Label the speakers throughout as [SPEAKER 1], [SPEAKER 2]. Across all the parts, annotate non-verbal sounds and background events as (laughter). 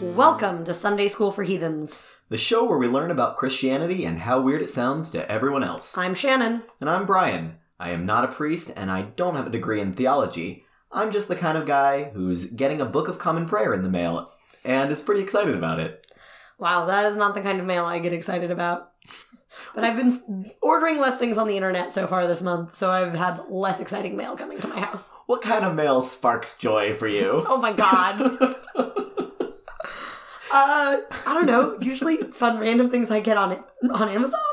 [SPEAKER 1] Welcome to Sunday School for Heathens.
[SPEAKER 2] the show where we learn about Christianity and how weird it sounds to everyone else.
[SPEAKER 1] I'm Shannon.
[SPEAKER 2] And I'm Brian. I am not a priest and I don't have a degree in theology. I'm just the kind of guy who's getting a Book of Common Prayer in the mail and is pretty excited about it.
[SPEAKER 1] Wow, that is not the kind of mail I get excited about. But I've been s- ordering less things on the internet so far this month, so I've had less exciting mail coming to my house.
[SPEAKER 2] What kind of mail sparks joy for you? (laughs)
[SPEAKER 1] Oh my god. uh, I don't know. Usually fun random things I get on on Amazon.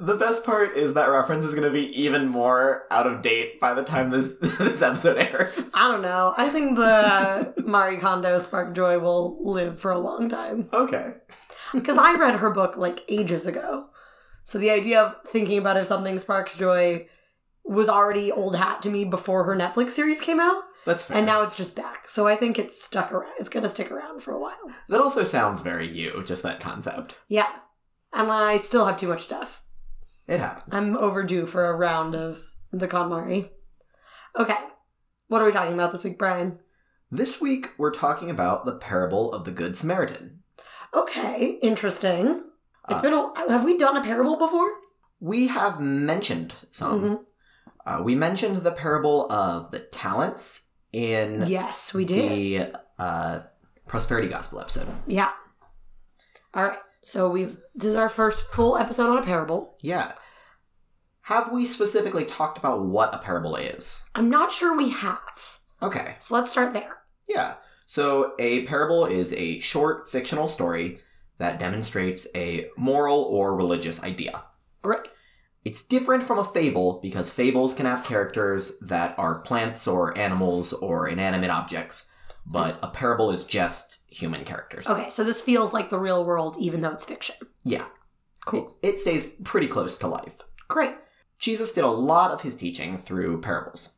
[SPEAKER 2] the best part is that reference is going to be even more out of date by the time this (laughs) this episode airs.
[SPEAKER 1] I don't know. I think the uh, Mari Kondo Spark Joy will live for a long time.
[SPEAKER 2] Okay.
[SPEAKER 1] Because I read her book like ages ago. So the idea of thinking about if something sparks joy was already old hat to me before her Netflix series came out.
[SPEAKER 2] That's fair.
[SPEAKER 1] And now it's just back. So I think it's stuck around. It's going to stick around for a while.
[SPEAKER 2] that also sounds very you, just that concept.
[SPEAKER 1] Yeah. And I still have too much stuff.
[SPEAKER 2] It happens.
[SPEAKER 1] I'm overdue for a round of the KonMari. Okay. What are we talking about this week, Brian?
[SPEAKER 2] This week, we're talking about the parable of the Good Samaritan.
[SPEAKER 1] Okay. Interesting. It's
[SPEAKER 2] Uh,
[SPEAKER 1] been a Have we done a parable before?
[SPEAKER 2] We have mentioned some.
[SPEAKER 1] Mhm.
[SPEAKER 2] Uh, we mentioned the parable of the talents in
[SPEAKER 1] Mm-hmm. Yes, we did.
[SPEAKER 2] the uh, prosperity gospel episode.
[SPEAKER 1] Yeah. All right. So we've this is our first full episode on a parable.
[SPEAKER 2] Yeah. Have we specifically talked about what a parable is?
[SPEAKER 1] I'm not sure we have.
[SPEAKER 2] Okay.
[SPEAKER 1] So let's start there.
[SPEAKER 2] Yeah. So, a parable is a short fictional story that demonstrates a moral or religious idea.
[SPEAKER 1] Right.
[SPEAKER 2] It's different from a fable because fables can have characters that are plants or animals or inanimate objects, but a parable is just human characters.
[SPEAKER 1] Okay. So this feels like the real world, even though it's fiction.
[SPEAKER 2] Yeah.
[SPEAKER 1] Cool.
[SPEAKER 2] It, it stays pretty close to life.
[SPEAKER 1] Great.
[SPEAKER 2] Jesus did a lot of his teaching through parables.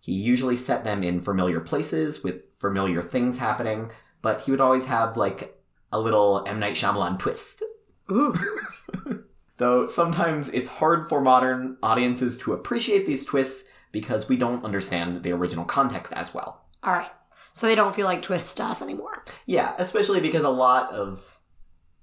[SPEAKER 2] He usually set them in familiar places with familiar things happening, but he would always have like a little M. Night Shyamalan twist.
[SPEAKER 1] Ooh. (laughs)
[SPEAKER 2] Though sometimes it's hard for modern audiences to appreciate these twists because we don't understand the original context as well.
[SPEAKER 1] All right. So they don't feel like twists to us anymore.
[SPEAKER 2] Yeah, especially because a lot of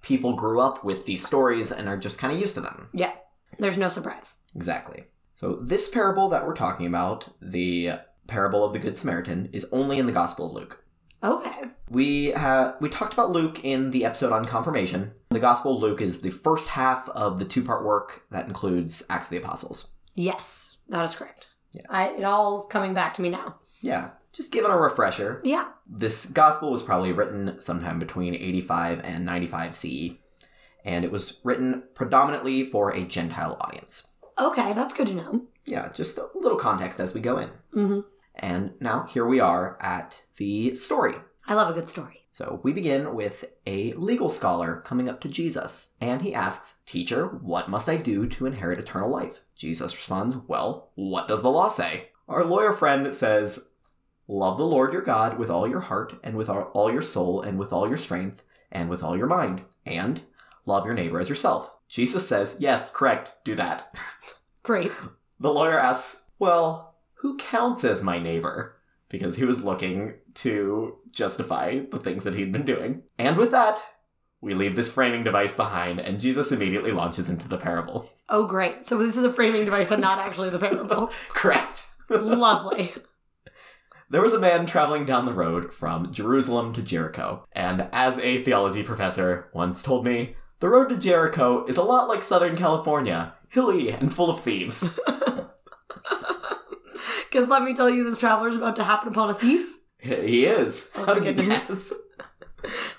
[SPEAKER 2] people grew up with these stories and are just kind of used to them.
[SPEAKER 1] Yeah. There's no surprise.
[SPEAKER 2] Exactly. So this parable that we're talking about, the parable of the good Samaritan, is only in the Gospel of Luke.
[SPEAKER 1] Okay.
[SPEAKER 2] We ha- we talked about Luke in the episode on confirmation. The Gospel of Luke is the first half of the two-part work that includes Acts of the Apostles.
[SPEAKER 1] Yes, that is correct.
[SPEAKER 2] Yeah.
[SPEAKER 1] I, it all's coming back to me now.
[SPEAKER 2] Yeah, just give it a refresher.
[SPEAKER 1] Yeah.
[SPEAKER 2] This gospel was probably written sometime between 85 and 95 CE, and it was written predominantly for a Gentile audience.
[SPEAKER 1] Okay, that's good to know.
[SPEAKER 2] Yeah, just a little context as we go in.
[SPEAKER 1] hmm
[SPEAKER 2] And now here we are at the story.
[SPEAKER 1] I love a good story.
[SPEAKER 2] So we begin with a legal scholar coming up to Jesus, and he asks, Teacher, what must I do to inherit eternal life? Jesus responds, Well, what does the law say? Our lawyer friend says, Love the Lord your God with all your heart, and with all all your soul, and with all your strength, and with all your mind, and love your neighbor as yourself. Jesus says, Yes, correct, do that.
[SPEAKER 1] Great.
[SPEAKER 2] The lawyer asks, Well, who counts as my neighbor? Because he was looking to justify the things that he'd been doing. And with that, we leave this framing device behind, and Jesus immediately launches into the parable. (laughs)
[SPEAKER 1] Oh, great. So this is a framing device and not actually the parable.
[SPEAKER 2] Correct.
[SPEAKER 1] Lovely.
[SPEAKER 2] There was a man traveling down the road from Jerusalem to Jericho, and as a theology professor once told me, the road to Jericho is a lot like Southern California, hilly and full of thieves. (laughs)
[SPEAKER 1] Because let me tell you, this traveler is about to happen upon a thief.
[SPEAKER 2] he is.
[SPEAKER 1] Oh
[SPEAKER 2] How
[SPEAKER 1] my
[SPEAKER 2] (laughs) did you
[SPEAKER 1] goodness.
[SPEAKER 2] guess?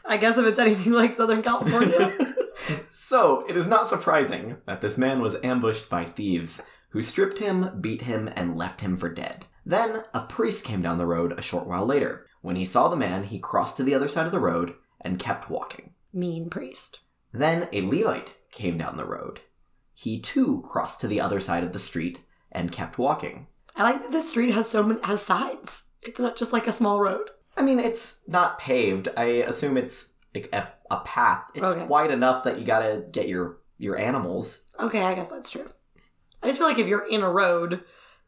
[SPEAKER 1] I guess if it's anything like Southern California.
[SPEAKER 2] (laughs) so, it is not surprising that this man was ambushed by thieves, who stripped him, beat him, and left him for dead. Then, a priest came down the road a short while later. When he saw the man, he crossed to the other side of the road and kept walking.
[SPEAKER 1] (laughs) mean priest.
[SPEAKER 2] Then, a Levite came down the road. He too crossed to the other side of the street and kept walking.
[SPEAKER 1] I like that this street has so many has sides. It's not just like a small road.
[SPEAKER 2] I mean, it's not paved. I assume it's like a, a path. It's
[SPEAKER 1] Okay.
[SPEAKER 2] wide enough that you gotta get your your animals
[SPEAKER 1] Okay, I guess that's true. I just feel like if you're in a road,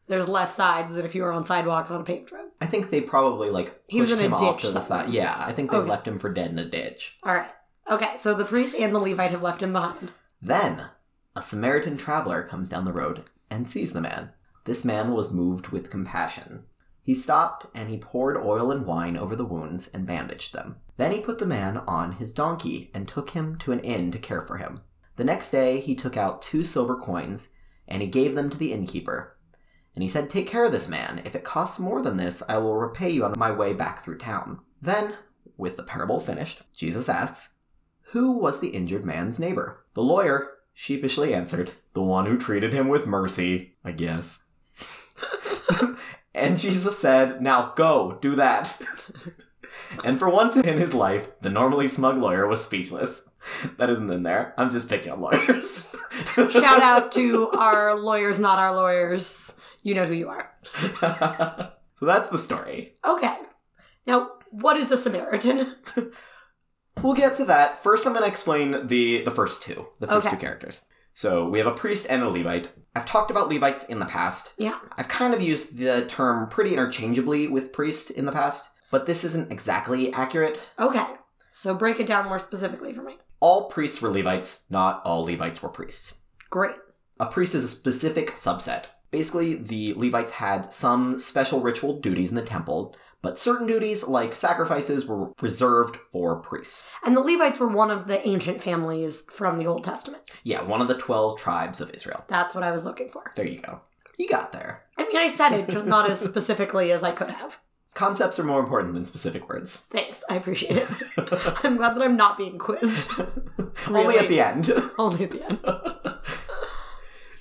[SPEAKER 1] There's less sides than if you were on sidewalks on a paved road.
[SPEAKER 2] I think they probably like
[SPEAKER 1] He was
[SPEAKER 2] pushed
[SPEAKER 1] in a
[SPEAKER 2] him off
[SPEAKER 1] ditch
[SPEAKER 2] to the
[SPEAKER 1] somewhere.
[SPEAKER 2] side. Yeah, I think they
[SPEAKER 1] Okay.
[SPEAKER 2] left him for dead in a ditch.
[SPEAKER 1] All right. Okay, so the priest and the Levite have left him behind.
[SPEAKER 2] Then, a Samaritan traveler comes down the road and sees the man. This man was moved with compassion. He stopped and he poured oil and wine over the wounds and bandaged them. Then he put the man on his donkey and took him to an inn to care for him. The next day he took out two silver coins and he gave them to the innkeeper. And he said, Take care of this man. If it costs more than this, I will repay you on my way back through town. Then, with the parable finished, Jesus asks, who was the injured man's neighbor? The lawyer sheepishly answered, The one who treated him with mercy, I guess. (laughs) and Jesus said, Now go, do that. (laughs) and for once in his life, the normally smug lawyer was speechless. That isn't in there. I'm just picking on lawyers.
[SPEAKER 1] Shout out to our lawyers, not our lawyers. You know who you are.
[SPEAKER 2] (laughs) so that's the story.
[SPEAKER 1] Okay. Now, what is a Samaritan?
[SPEAKER 2] We'll get to that. First, I'm going to explain the the first two, the first
[SPEAKER 1] Okay.
[SPEAKER 2] two characters. So we have a priest and a Levite. I've talked about Levites in the past.
[SPEAKER 1] Yeah.
[SPEAKER 2] I've kind of used the term pretty interchangeably with priest in the past, but this isn't exactly accurate.
[SPEAKER 1] Okay. So break it down more specifically for me.
[SPEAKER 2] All priests were Levites, not all Levites were priests.
[SPEAKER 1] Great.
[SPEAKER 2] A priest is a specific subset. Basically, the Levites had some special ritual duties in the temple, but certain duties, like sacrifices, were reserved for priests.
[SPEAKER 1] And the Levites were one of the ancient families from the Old Testament.
[SPEAKER 2] Yeah, one of the 12 tribes of Israel.
[SPEAKER 1] That's what I was looking for.
[SPEAKER 2] There you go. You got there.
[SPEAKER 1] I mean, I said it, just not as
[SPEAKER 2] (laughs)
[SPEAKER 1] specifically as I could have.
[SPEAKER 2] Concepts are more important than
[SPEAKER 1] (laughs)
[SPEAKER 2] specific words.
[SPEAKER 1] Thanks. I appreciate
[SPEAKER 2] (laughs)
[SPEAKER 1] it. I'm glad that I'm not being quizzed.
[SPEAKER 2] Only at
[SPEAKER 1] Really?
[SPEAKER 2] the end. (laughs)
[SPEAKER 1] Only at the end.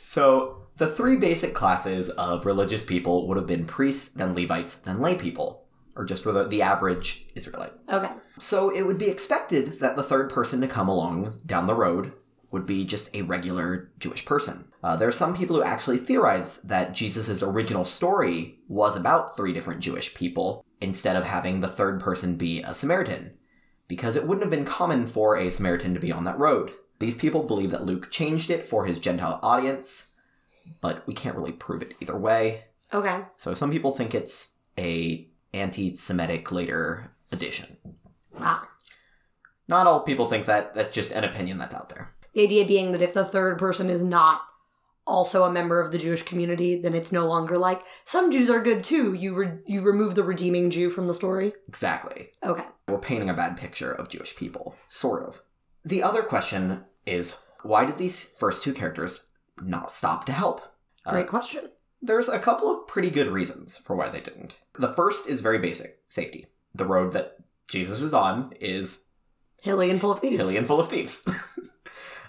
[SPEAKER 2] So, the three basic classes of religious people would have been priests, then Levites, then lay people, or just whether the average Israelite.
[SPEAKER 1] Okay.
[SPEAKER 2] So, it would be expected that the third person to come along down the road would be just a regular Jewish person. Uh, there are some people who actually theorize that Jesus' original story was about three different Jewish people instead of having the third person be a Samaritan, because it wouldn't have been common for a Samaritan to be on that road. These people believe that Luke changed it for his Gentile audience, but we can't really prove it either way.
[SPEAKER 1] Okay.
[SPEAKER 2] So some people think it's a anti-Semitic later addition.
[SPEAKER 1] Ah.
[SPEAKER 2] Not all people think that. That's just an opinion that's out there.
[SPEAKER 1] The idea being that if the third person is not also a member of the Jewish community, then it's no longer like some Jews are good too. You re- you remove the redeeming Jew from the story.
[SPEAKER 2] Exactly.
[SPEAKER 1] Okay.
[SPEAKER 2] We're painting a bad picture of Jewish people, sort of. The other question is why did these first two characters not stop to help? Uh,
[SPEAKER 1] Great question.
[SPEAKER 2] There's a couple of pretty good reasons for why they didn't. The first is very basic safety. The road that Jesus is on is
[SPEAKER 1] Hilly and full of thieves.
[SPEAKER 2] hilly and full of thieves. (laughs)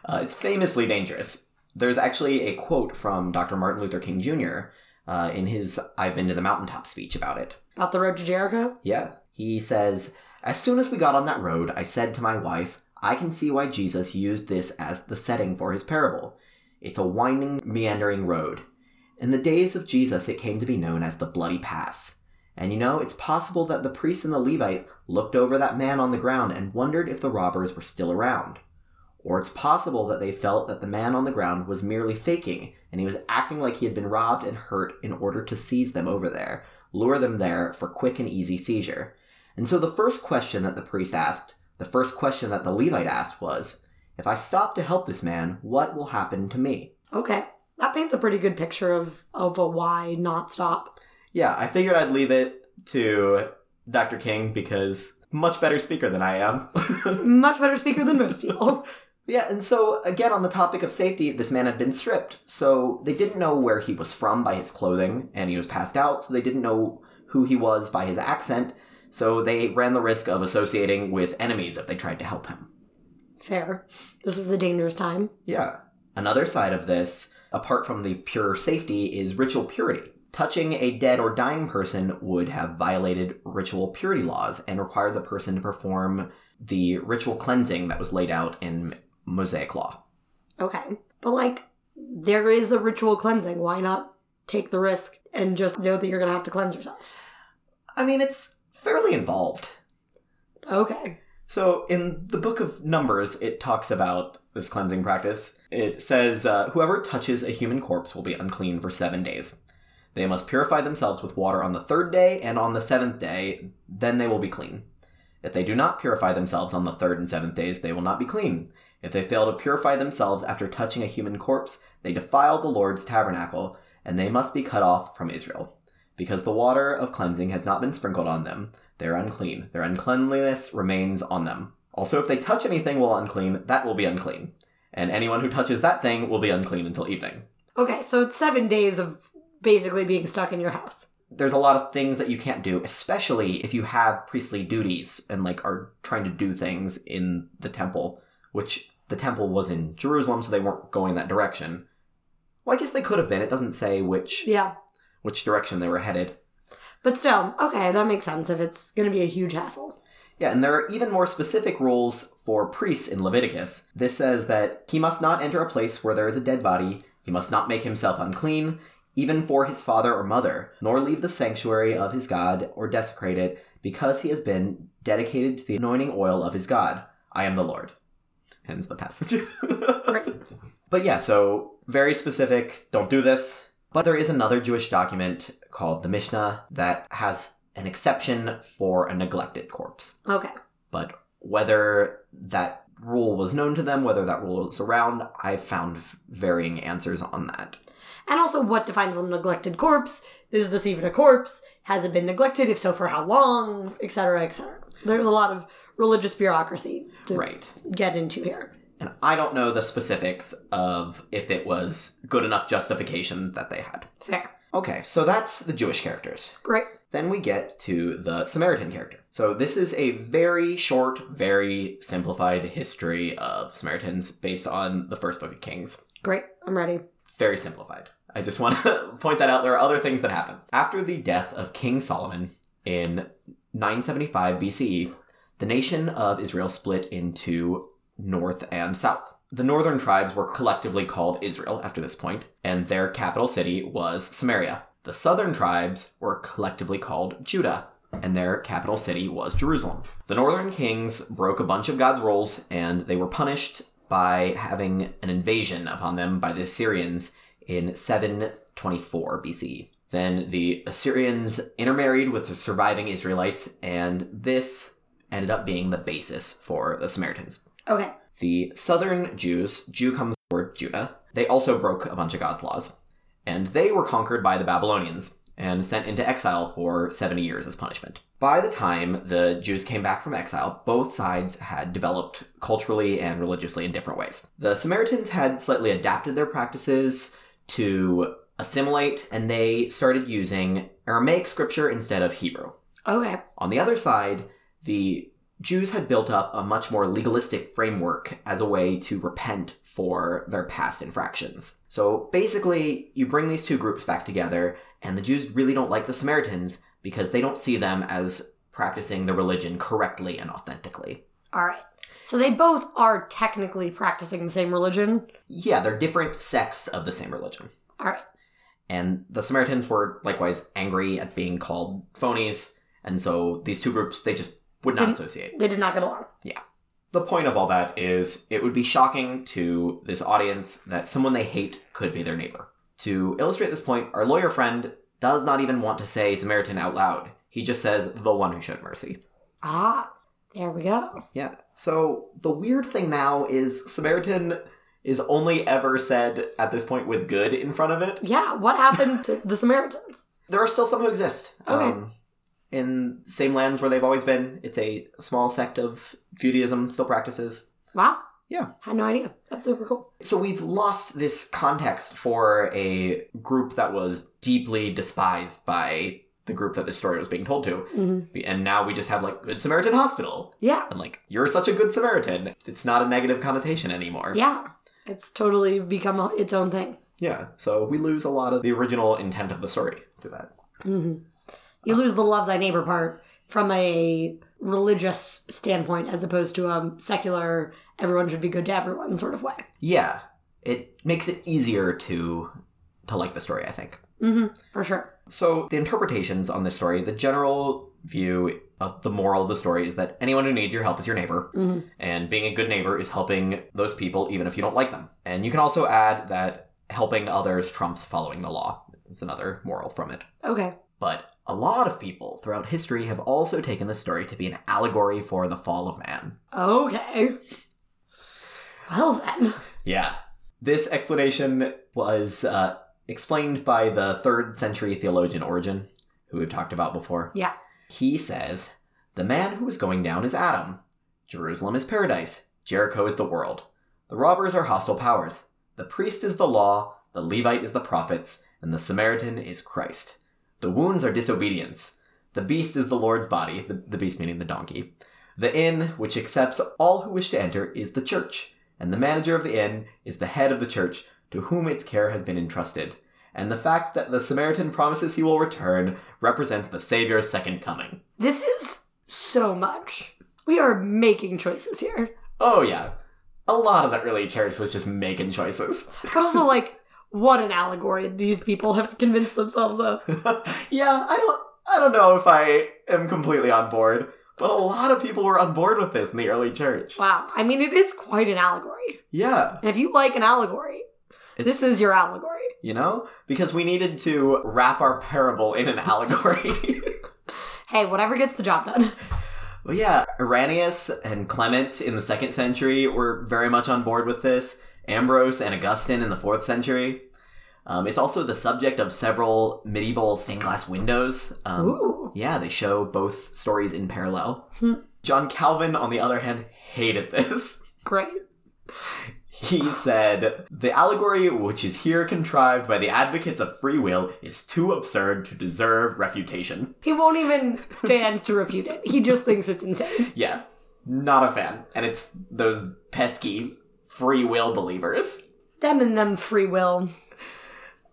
[SPEAKER 2] uh, it's famously dangerous. There's actually a quote from Dr. Martin Luther King Jr. Uh, in his I've Been to the Mountaintop speech about it.
[SPEAKER 1] About the road to Jericho.
[SPEAKER 2] Yeah. He says, As soon as we got on that road, I said to my wife, I can see why Jesus used this as the setting for his parable. It's a winding, meandering road. In the days of Jesus, it came to be known as the Bloody Pass. And you know, it's possible that the priest and the Levite looked over that man on the ground and wondered if the robbers were still around. Or it's possible that they felt that the man on the ground was merely faking, and he was acting like he had been robbed and hurt in order to seize them over there lure them there for quick and easy seizure. And so the first question that the priest asked, the first question that the Levite asked was, If I stop to help this man, what will happen to me?
[SPEAKER 1] Okay. That paints a pretty good picture of of a why not stop.
[SPEAKER 2] Yeah, I figured I'd leave it to Dr. King because much better speaker than I am. (laughs)
[SPEAKER 1] Much better speaker than most people.
[SPEAKER 2] yeah, and so again on the topic of safety, this man had been stripped. So they didn't know where he was from by his clothing, and he was passed out, so they didn't know who he was by his accent. So they ran the risk of associating with enemies if they tried to help him.
[SPEAKER 1] Fair. This was a dangerous time.
[SPEAKER 2] Yeah. Another side of this, apart from the pure safety, is ritual purity. Touching a dead or dying person would have violated ritual purity laws and required the person to perform the ritual cleansing that was laid out in Mosaic law.
[SPEAKER 1] Okay. But like there is a ritual cleansing. Why not take the risk and just know that you're going to have to cleanse yourself?
[SPEAKER 2] I mean, it's fairly involved.
[SPEAKER 1] Okay.
[SPEAKER 2] So, in the book of Numbers, it talks about this cleansing practice. It says, uh, Whoever touches a human corpse will be unclean for seven days. They must purify themselves with water on the third day and on the seventh day, then they will be clean. If they do not purify themselves on the third and seventh days, they will not be clean. If they fail to purify themselves after touching a human corpse, they defile the Lord's tabernacle, and they must be cut off from Israel. Because the water of cleansing has not been sprinkled on them, they are unclean. Their uncleanliness remains on them. Also, if they touch anything while unclean, that will be unclean. And anyone who touches that thing will be unclean until evening.
[SPEAKER 1] Okay, so it's seven days of basically being stuck in your house.
[SPEAKER 2] There's a lot of things that you can't do, especially if you have priestly duties and like are trying to do things in the temple, which the temple was in Jerusalem, so they weren't going that direction. Well, I guess they could have been. It doesn't say which
[SPEAKER 1] Yeah.
[SPEAKER 2] which direction they were headed.
[SPEAKER 1] But still, okay, that makes sense if it's going to be a huge hassle.
[SPEAKER 2] Yeah, and there are even more specific rules for priests in Leviticus. This says that he must not enter a place where there is a dead body, he must not make himself unclean, even for his father or mother, nor leave the sanctuary of his God or desecrate it, because he has been dedicated to the anointing oil of his God. I am the Lord. Hence the passage. (laughs)
[SPEAKER 1] Great.
[SPEAKER 2] But yeah, so very specific, don't do this. But there is another Jewish document called the Mishnah that has an exception for a neglected corpse.
[SPEAKER 1] Okay.
[SPEAKER 2] But whether that rule was known to them, whether that rule was around, I found varying answers on that.
[SPEAKER 1] And also, what defines a neglected corpse? Is this even a corpse? Has it been neglected? If so, for how long? Et cetera, et cetera. There's a lot of religious bureaucracy to
[SPEAKER 2] Right.
[SPEAKER 1] get into here.
[SPEAKER 2] And I don't know the specifics of if it was good enough justification that they had.
[SPEAKER 1] Fair.
[SPEAKER 2] Okay, so that's the Jewish characters.
[SPEAKER 1] Great.
[SPEAKER 2] Then we get to the Samaritan character. So, this is a very short, very simplified history of Samaritans based on the first book of Kings.
[SPEAKER 1] Great. I'm ready.
[SPEAKER 2] Very simplified. I just want to (laughs) point that out. There are other things that happen. After the death of King Solomon in 975 BCE, E, the nation of Israel split into north and south. The northern tribes were collectively called Israel after this point, and their capital city was Samaria. The southern tribes were collectively called Judah, and their capital city was Jerusalem. The northern kings broke a bunch of God's rules, and they were punished by having an invasion upon them by the Assyrians in 724 BCE. Then the Assyrians intermarried with the surviving Israelites, and this ended up being the basis for the Samaritans.
[SPEAKER 1] Okay.
[SPEAKER 2] The southern Jews, Jew comes from the word Judah, they also broke a bunch of God's laws, and they were conquered by the Babylonians and sent into exile for 70 years as punishment. By the time the Jews came back from exile, both sides had developed culturally and religiously in different ways. The Samaritans had slightly adapted their practices to assimilate, and they started using Aramaic scripture instead of Hebrew.
[SPEAKER 1] Okay.
[SPEAKER 2] On the other side, the Jews had built up a much more legalistic framework as a way to repent for their past infractions. So basically, you bring these two groups back together, and the Jews really don't like the Samaritans because they don't see them as practicing the religion correctly and authentically.
[SPEAKER 1] All right. So they both are technically practicing the same religion.
[SPEAKER 2] Yeah, they're different sects of the same religion.
[SPEAKER 1] All right.
[SPEAKER 2] And the Samaritans were likewise angry at being called phonies, and so these two groups, they just would not
[SPEAKER 1] Didn't-
[SPEAKER 2] associate.
[SPEAKER 1] They did not get along.
[SPEAKER 2] The point of all that is it would be shocking to this audience that someone they hate could be their neighbor. To illustrate this point, our lawyer friend does not even want to say Samaritan out loud. He just says the one who showed mercy.
[SPEAKER 1] Ah, there we go.
[SPEAKER 2] Yeah. So the weird thing now is Samaritan is only ever said at this point with good in front of it.
[SPEAKER 1] Yeah, what happened to the Samaritans?
[SPEAKER 2] There are still some who exist.
[SPEAKER 1] Okay.
[SPEAKER 2] Um, in same lands where they've always been. It's a small sect of Judaism still practices
[SPEAKER 1] Wow.
[SPEAKER 2] Yeah.
[SPEAKER 1] Had no idea. That's super cool.
[SPEAKER 2] So we've lost this context for a group that was deeply despised by the group that this story was being told to.
[SPEAKER 1] hmm
[SPEAKER 2] And now we just have like Good Samaritan Hospital.
[SPEAKER 1] Yeah.
[SPEAKER 2] And like, you're such a good Samaritan. It's not a negative connotation anymore.
[SPEAKER 1] Yeah. It's totally become a- its own thing.
[SPEAKER 2] Yeah. So we lose a lot of the original intent of the story through that.
[SPEAKER 1] hmm You lose the love thy neighbor part from a religious standpoint as opposed to a secular, everyone should be good to everyone sort of way.
[SPEAKER 2] Yeah. It makes it easier to to like the story, I think.
[SPEAKER 1] hmm For sure.
[SPEAKER 2] So, the interpretations on this story, the general view of the moral of the story is that anyone who needs your help is your neighbor.
[SPEAKER 1] hmm
[SPEAKER 2] And being a good neighbor is helping those people even if you don't like them. And you can also add that helping others trumps following the law, It's another moral from it.
[SPEAKER 1] Okay.
[SPEAKER 2] But a lot of people throughout history have also taken this story to be an allegory for the fall of man.
[SPEAKER 1] Okay. Well then.
[SPEAKER 2] Yeah. This explanation was uh, explained by the third century theologian Origen, who we've talked about before.
[SPEAKER 1] Yeah.
[SPEAKER 2] He says The man who is going down is Adam. Jerusalem is paradise. Jericho is the world. The robbers are hostile powers. The priest is the law. The Levite is the prophets. And the Samaritan is Christ. The wounds are disobedience. The beast is the Lord's body, the, the beast meaning the donkey. The inn, which accepts all who wish to enter, is the church and the manager of the inn is the head of the church to whom its care has been entrusted. And the fact that the Samaritan promises he will return represents the Savior's second coming.
[SPEAKER 1] This is so much. We are making choices here.
[SPEAKER 2] Oh, yeah. A lot of that early church was just making choices. (laughs)
[SPEAKER 1] But also like what an allegory these people have convinced themselves of.
[SPEAKER 2] yeah, I don't I don't know if I am completely on board, but a lot of people were on board with this in the early church.
[SPEAKER 1] Wow. I mean it is quite an allegory.
[SPEAKER 2] Yeah.
[SPEAKER 1] And if you like an allegory,
[SPEAKER 2] It's,
[SPEAKER 1] this is your allegory.
[SPEAKER 2] you know, because we needed to wrap our parable in an (laughs) allegory.
[SPEAKER 1] Hey, whatever gets the job done.
[SPEAKER 2] Well, yeah, Irenaeus and Clement in the second century were very much on board with this. Ambrose and Augustine in the fourth century. Um, it's also the subject of several medieval stained glass windows. Um,
[SPEAKER 1] Ooh.
[SPEAKER 2] yeah, they show both stories in parallel.
[SPEAKER 1] Hmm.
[SPEAKER 2] John Calvin, on the other hand, hated this. (laughs)
[SPEAKER 1] Great.
[SPEAKER 2] He said, The allegory which is here contrived by the advocates of free will is too absurd to deserve refutation.
[SPEAKER 1] He won't even stand to refute it. He just thinks it's insane.
[SPEAKER 2] Yeah, not a fan. And it's those pesky free will believers.
[SPEAKER 1] Them and them free will.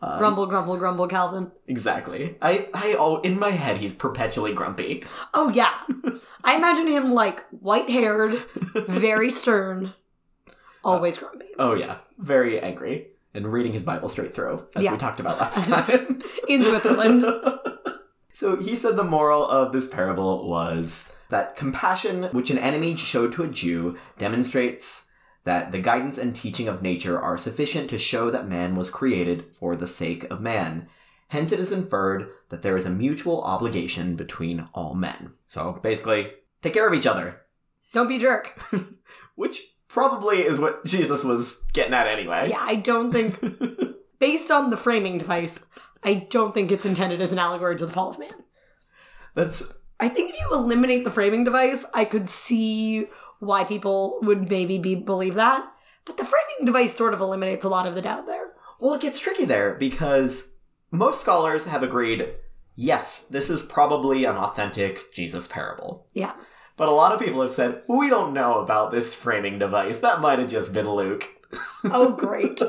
[SPEAKER 2] Um,
[SPEAKER 1] Grumble, grumble, grumble, Calvin.
[SPEAKER 2] Exactly. I, I, oh, in my head, he's perpetually grumpy.
[SPEAKER 1] Oh yeah. I imagine him like white haired, very stern, always grumpy.
[SPEAKER 2] Oh yeah, very angry and reading his Bible straight through, as
[SPEAKER 1] Yeah.
[SPEAKER 2] we talked about last time.
[SPEAKER 1] In (laughs) Switzerland.
[SPEAKER 2] so he said the moral of this parable was that compassion which an enemy showed to a Jew demonstrates that the guidance and teaching of nature are sufficient to show that man was created for the sake of man. Hence, it is inferred that there is a mutual obligation between all men. So basically, take care of each other,
[SPEAKER 1] Don't be a jerk.
[SPEAKER 2] which probably is what Jesus was getting at anyway.
[SPEAKER 1] Yeah, I don't think based on the framing device, I don't think it's intended as an allegory to the fall of man.
[SPEAKER 2] That's
[SPEAKER 1] I think if you eliminate the framing device, I could see why people would maybe be believe that. But the framing device sort of eliminates a lot of the doubt there.
[SPEAKER 2] Well, it gets tricky there because most scholars have agreed yes, this is probably an authentic Jesus parable.
[SPEAKER 1] Yeah.
[SPEAKER 2] But a lot of people have said, we don't know about this framing device. That might have just been Luke.
[SPEAKER 1] Oh great.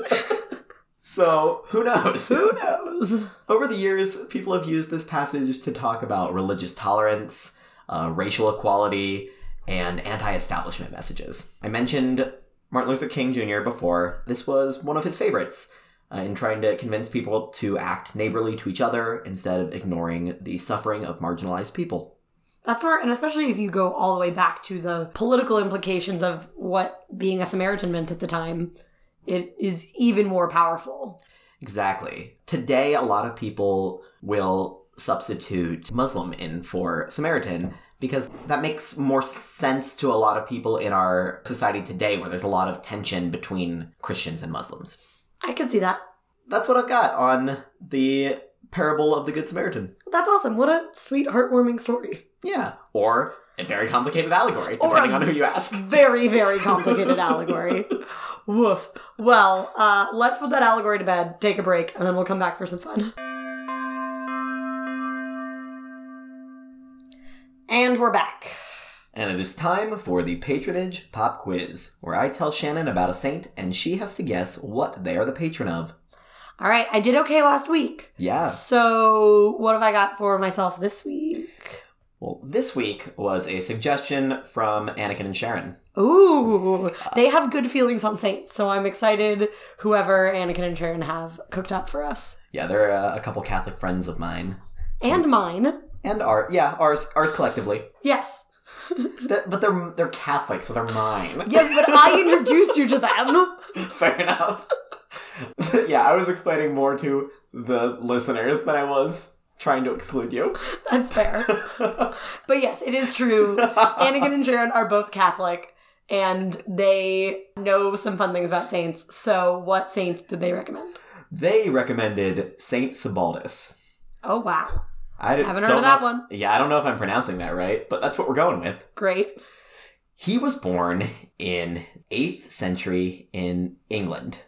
[SPEAKER 2] So, who knows?
[SPEAKER 1] Who knows?
[SPEAKER 2] Over the years, people have used this passage to talk about religious tolerance, uh, racial equality, and anti establishment messages. I mentioned Martin Luther King Jr. before. This was one of his favorites uh, in trying to convince people to act neighborly to each other instead of ignoring the suffering of marginalized people.
[SPEAKER 1] That's where, and especially if you go all the way back to the political implications of what being a Samaritan meant at the time, it is even more powerful.
[SPEAKER 2] Exactly. Today, a lot of people will substitute Muslim in for Samaritan because that makes more sense to a lot of people in our society today where there's a lot of tension between Christians and Muslims.
[SPEAKER 1] I can see that.
[SPEAKER 2] That's what I've got on the parable of the Good Samaritan.
[SPEAKER 1] That's awesome. What a sweet, heartwarming story.
[SPEAKER 2] Yeah. Or a very complicated allegory,
[SPEAKER 1] Or
[SPEAKER 2] depending
[SPEAKER 1] a-
[SPEAKER 2] on who
[SPEAKER 1] (laughs)
[SPEAKER 2] you ask.
[SPEAKER 1] Very, very complicated allegory. Woof. Well, uh, let's put that allegory to bed, take a break, and then we'll come back for some fun. And we're back.
[SPEAKER 2] And it is time for the patronage pop quiz, where I tell Shannon about a saint and she has to guess what they are the patron of.
[SPEAKER 1] All right, I did okay last week.
[SPEAKER 2] Yeah.
[SPEAKER 1] So, what have I got for myself this week?
[SPEAKER 2] Well, this week was a suggestion from Anakin and Sharon.
[SPEAKER 1] Ooh, they have good feelings on Saints, so I'm excited. Whoever Anakin and Sharon have cooked up for us
[SPEAKER 2] Yeah, they're uh, a couple Catholic friends of mine,
[SPEAKER 1] and mine,
[SPEAKER 2] and our yeah ours ours collectively.
[SPEAKER 1] yes,
[SPEAKER 2] Th- but they're
[SPEAKER 1] (laughs)
[SPEAKER 2] they're (laughs) Catholic, so they're mine.
[SPEAKER 1] yes. But I introduced you to them.
[SPEAKER 2] Fair enough. (laughs) yeah, I was explaining more to the listeners than I was trying to exclude you. (laughs)
[SPEAKER 1] That's fair. But yes, it is true. Anakin and Sharon are both Catholic, and they know some fun things about saints. So, what saint did they recommend?
[SPEAKER 2] they recommended Saint Sebaldus.
[SPEAKER 1] Oh wow,
[SPEAKER 2] I
[SPEAKER 1] I
[SPEAKER 2] didn't-
[SPEAKER 1] haven't
[SPEAKER 2] don't
[SPEAKER 1] heard of
[SPEAKER 2] know
[SPEAKER 1] that
[SPEAKER 2] if-
[SPEAKER 1] one.
[SPEAKER 2] Yeah, I don't know if I'm pronouncing that right, but that's what we're going with.
[SPEAKER 1] Great.
[SPEAKER 2] He was born in 8th century in England.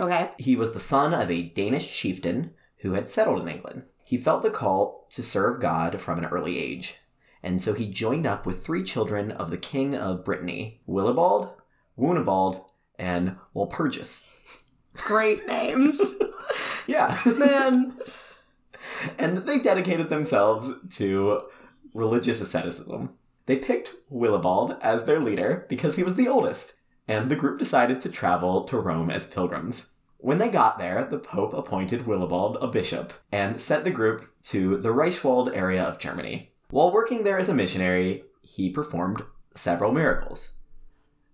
[SPEAKER 1] Okay.
[SPEAKER 2] He was the son of a Danish chieftain who had settled in England. He felt the call to serve God from an early age, and so he joined up with three children of the king of Brittany Willibald, Wunibald, and Walpurgis.
[SPEAKER 1] Great
[SPEAKER 2] (laughs)
[SPEAKER 1] names,
[SPEAKER 2] Yeah. (laughs)
[SPEAKER 1] man.
[SPEAKER 2] and they dedicated themselves to religious asceticism. They picked Willibald as their leader because he was the oldest, and the group decided to travel to Rome as pilgrims. When they got there, the Pope appointed Willibald a bishop and sent the group to the Reichswald area of Germany. While working there as a missionary, he performed several miracles.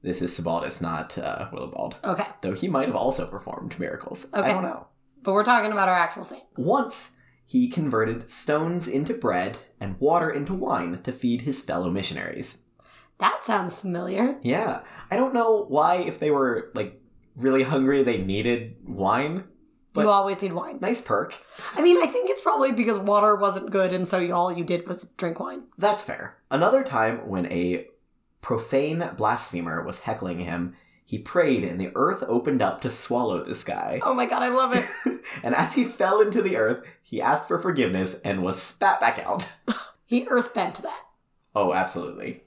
[SPEAKER 2] This is Sebaldus, not uh, Willibald,
[SPEAKER 1] Okay,
[SPEAKER 2] though he might have also performed miracles. I
[SPEAKER 1] Okay.
[SPEAKER 2] don't know.
[SPEAKER 1] but we're talking about our actual saint.
[SPEAKER 2] Once he converted stones into bread and water into wine to feed his fellow missionaries.
[SPEAKER 1] That sounds familiar.
[SPEAKER 2] Yeah, I don't know why if they were like really hungry they needed wine. But-
[SPEAKER 1] you always need wine.
[SPEAKER 2] Nice perk.
[SPEAKER 1] I mean, I think it's probably because water wasn't good, and so you, all you did was drink wine.
[SPEAKER 2] That's fair. Another time when a profane blasphemer was heckling him, he prayed and the earth opened up to swallow this guy.
[SPEAKER 1] Oh my god, I love
[SPEAKER 2] (laughs)
[SPEAKER 1] it.
[SPEAKER 2] And as he fell into the earth, he asked for forgiveness and was spat back out.
[SPEAKER 1] He earthbent that.
[SPEAKER 2] Oh, absolutely.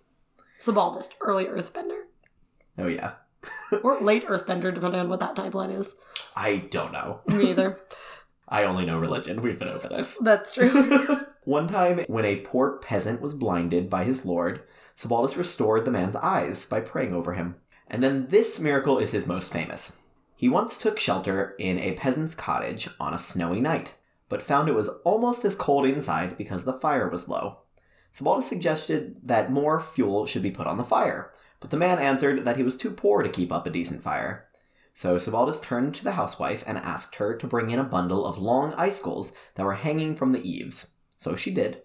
[SPEAKER 1] Sebaldus, early earthbender.
[SPEAKER 2] Oh yeah.
[SPEAKER 1] Or late earthbender, depending on what that timeline is.
[SPEAKER 2] I don't know.
[SPEAKER 1] Me either.
[SPEAKER 2] I only know religion. We've been over this.
[SPEAKER 1] (laughs) That's true.
[SPEAKER 2] (laughs) One time, when a poor peasant was blinded by his lord, Sebaldus restored the man's eyes by praying over him. And then this miracle is his most famous. He once took shelter in a peasant's cottage on a snowy night, but found it was almost as cold inside because the fire was low. Sebaldus suggested that more fuel should be put on the fire, but the man answered that he was too poor to keep up a decent fire. So Sebaldus turned to the housewife and asked her to bring in a bundle of long icicles that were hanging from the eaves. So she did.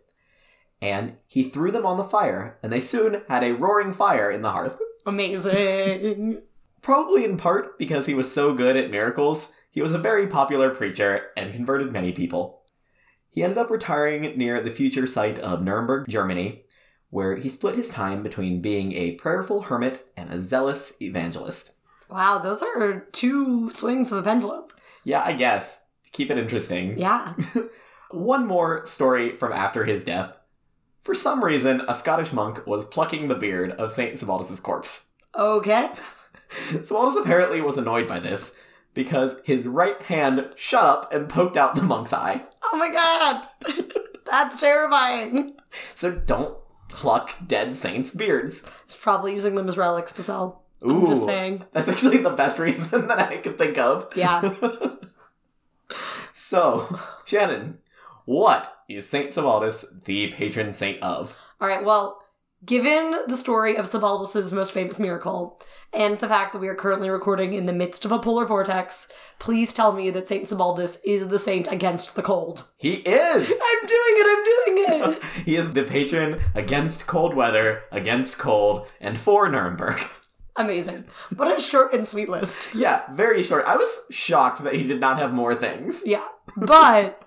[SPEAKER 2] And he threw them on the fire, and they soon had a roaring fire in the hearth.
[SPEAKER 1] (laughs) Amazing.
[SPEAKER 2] Probably in part because he was so good at miracles, he was a very popular preacher and converted many people. He ended up retiring near the future site of Nuremberg, Germany, where he split his time between being a prayerful hermit and a zealous evangelist.
[SPEAKER 1] Wow, those are two swings of a pendulum.
[SPEAKER 2] Yeah, I guess. Keep it interesting.
[SPEAKER 1] Yeah.
[SPEAKER 2] One more story from after his death. For some reason, a Scottish monk was plucking the beard of St. Sebaldus' corpse. (laughs)
[SPEAKER 1] Okay.
[SPEAKER 2] Sebaldus apparently was annoyed by this because his right hand shut up and poked out the monk's eye.
[SPEAKER 1] Oh my (laughs) god. That's terrifying.
[SPEAKER 2] So don't pluck dead saints' beards.
[SPEAKER 1] He's probably using them as relics to sell.
[SPEAKER 2] Ooh.
[SPEAKER 1] I'm just saying.
[SPEAKER 2] That's actually the best (laughs) reason that I could think of.
[SPEAKER 1] Yeah.
[SPEAKER 2] So, Shannon, what is St. Sebaldus the patron saint of?
[SPEAKER 1] All right, well, given the story of Sebaldus' most famous miracle and the fact that we are currently recording in the midst of a polar vortex, please tell me that Saint Sebaldus is the saint against the cold.
[SPEAKER 2] He is!
[SPEAKER 1] I'm doing it. I'm doing it.
[SPEAKER 2] he is the patron against cold weather, against cold, and for Nuremberg. (laughs)
[SPEAKER 1] Amazing. What a short and sweet list.
[SPEAKER 2] Yeah, very short. I was shocked that he did not have more things.
[SPEAKER 1] Yeah. But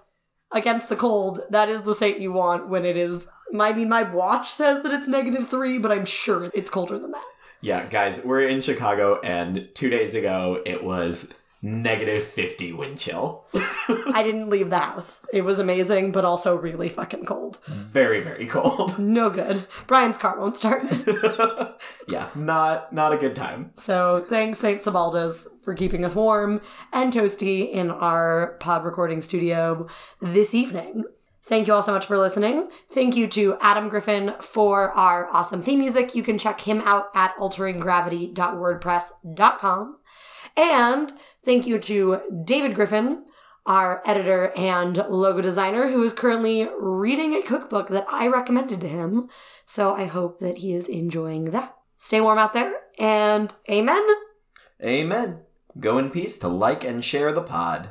[SPEAKER 1] against the cold, that is the saint you want when it is. I mean, my watch says that it's negative three, but I'm sure it's colder than that.
[SPEAKER 2] Yeah, guys, we're in Chicago, and two days ago it was negative 50 wind chill.
[SPEAKER 1] I didn't leave the house. It was amazing, but also really fucking cold.
[SPEAKER 2] Very, very cold. (laughs)
[SPEAKER 1] No good. Brian's car won't start.
[SPEAKER 2] yeah, not not a good time.
[SPEAKER 1] So thanks, St. Sebaldus, for keeping us warm and toasty in our pod recording studio this evening. Thank you all so much for listening. Thank you to Adam Griffin for our awesome theme music. You can check him out at alteringgravity.wordpress.com. And thank you to David Griffin, our editor and logo designer, who is currently reading a cookbook that I recommended to him. So I hope that he is enjoying that. Stay warm out there, and amen.
[SPEAKER 2] Amen. Go in peace to like and share the pod.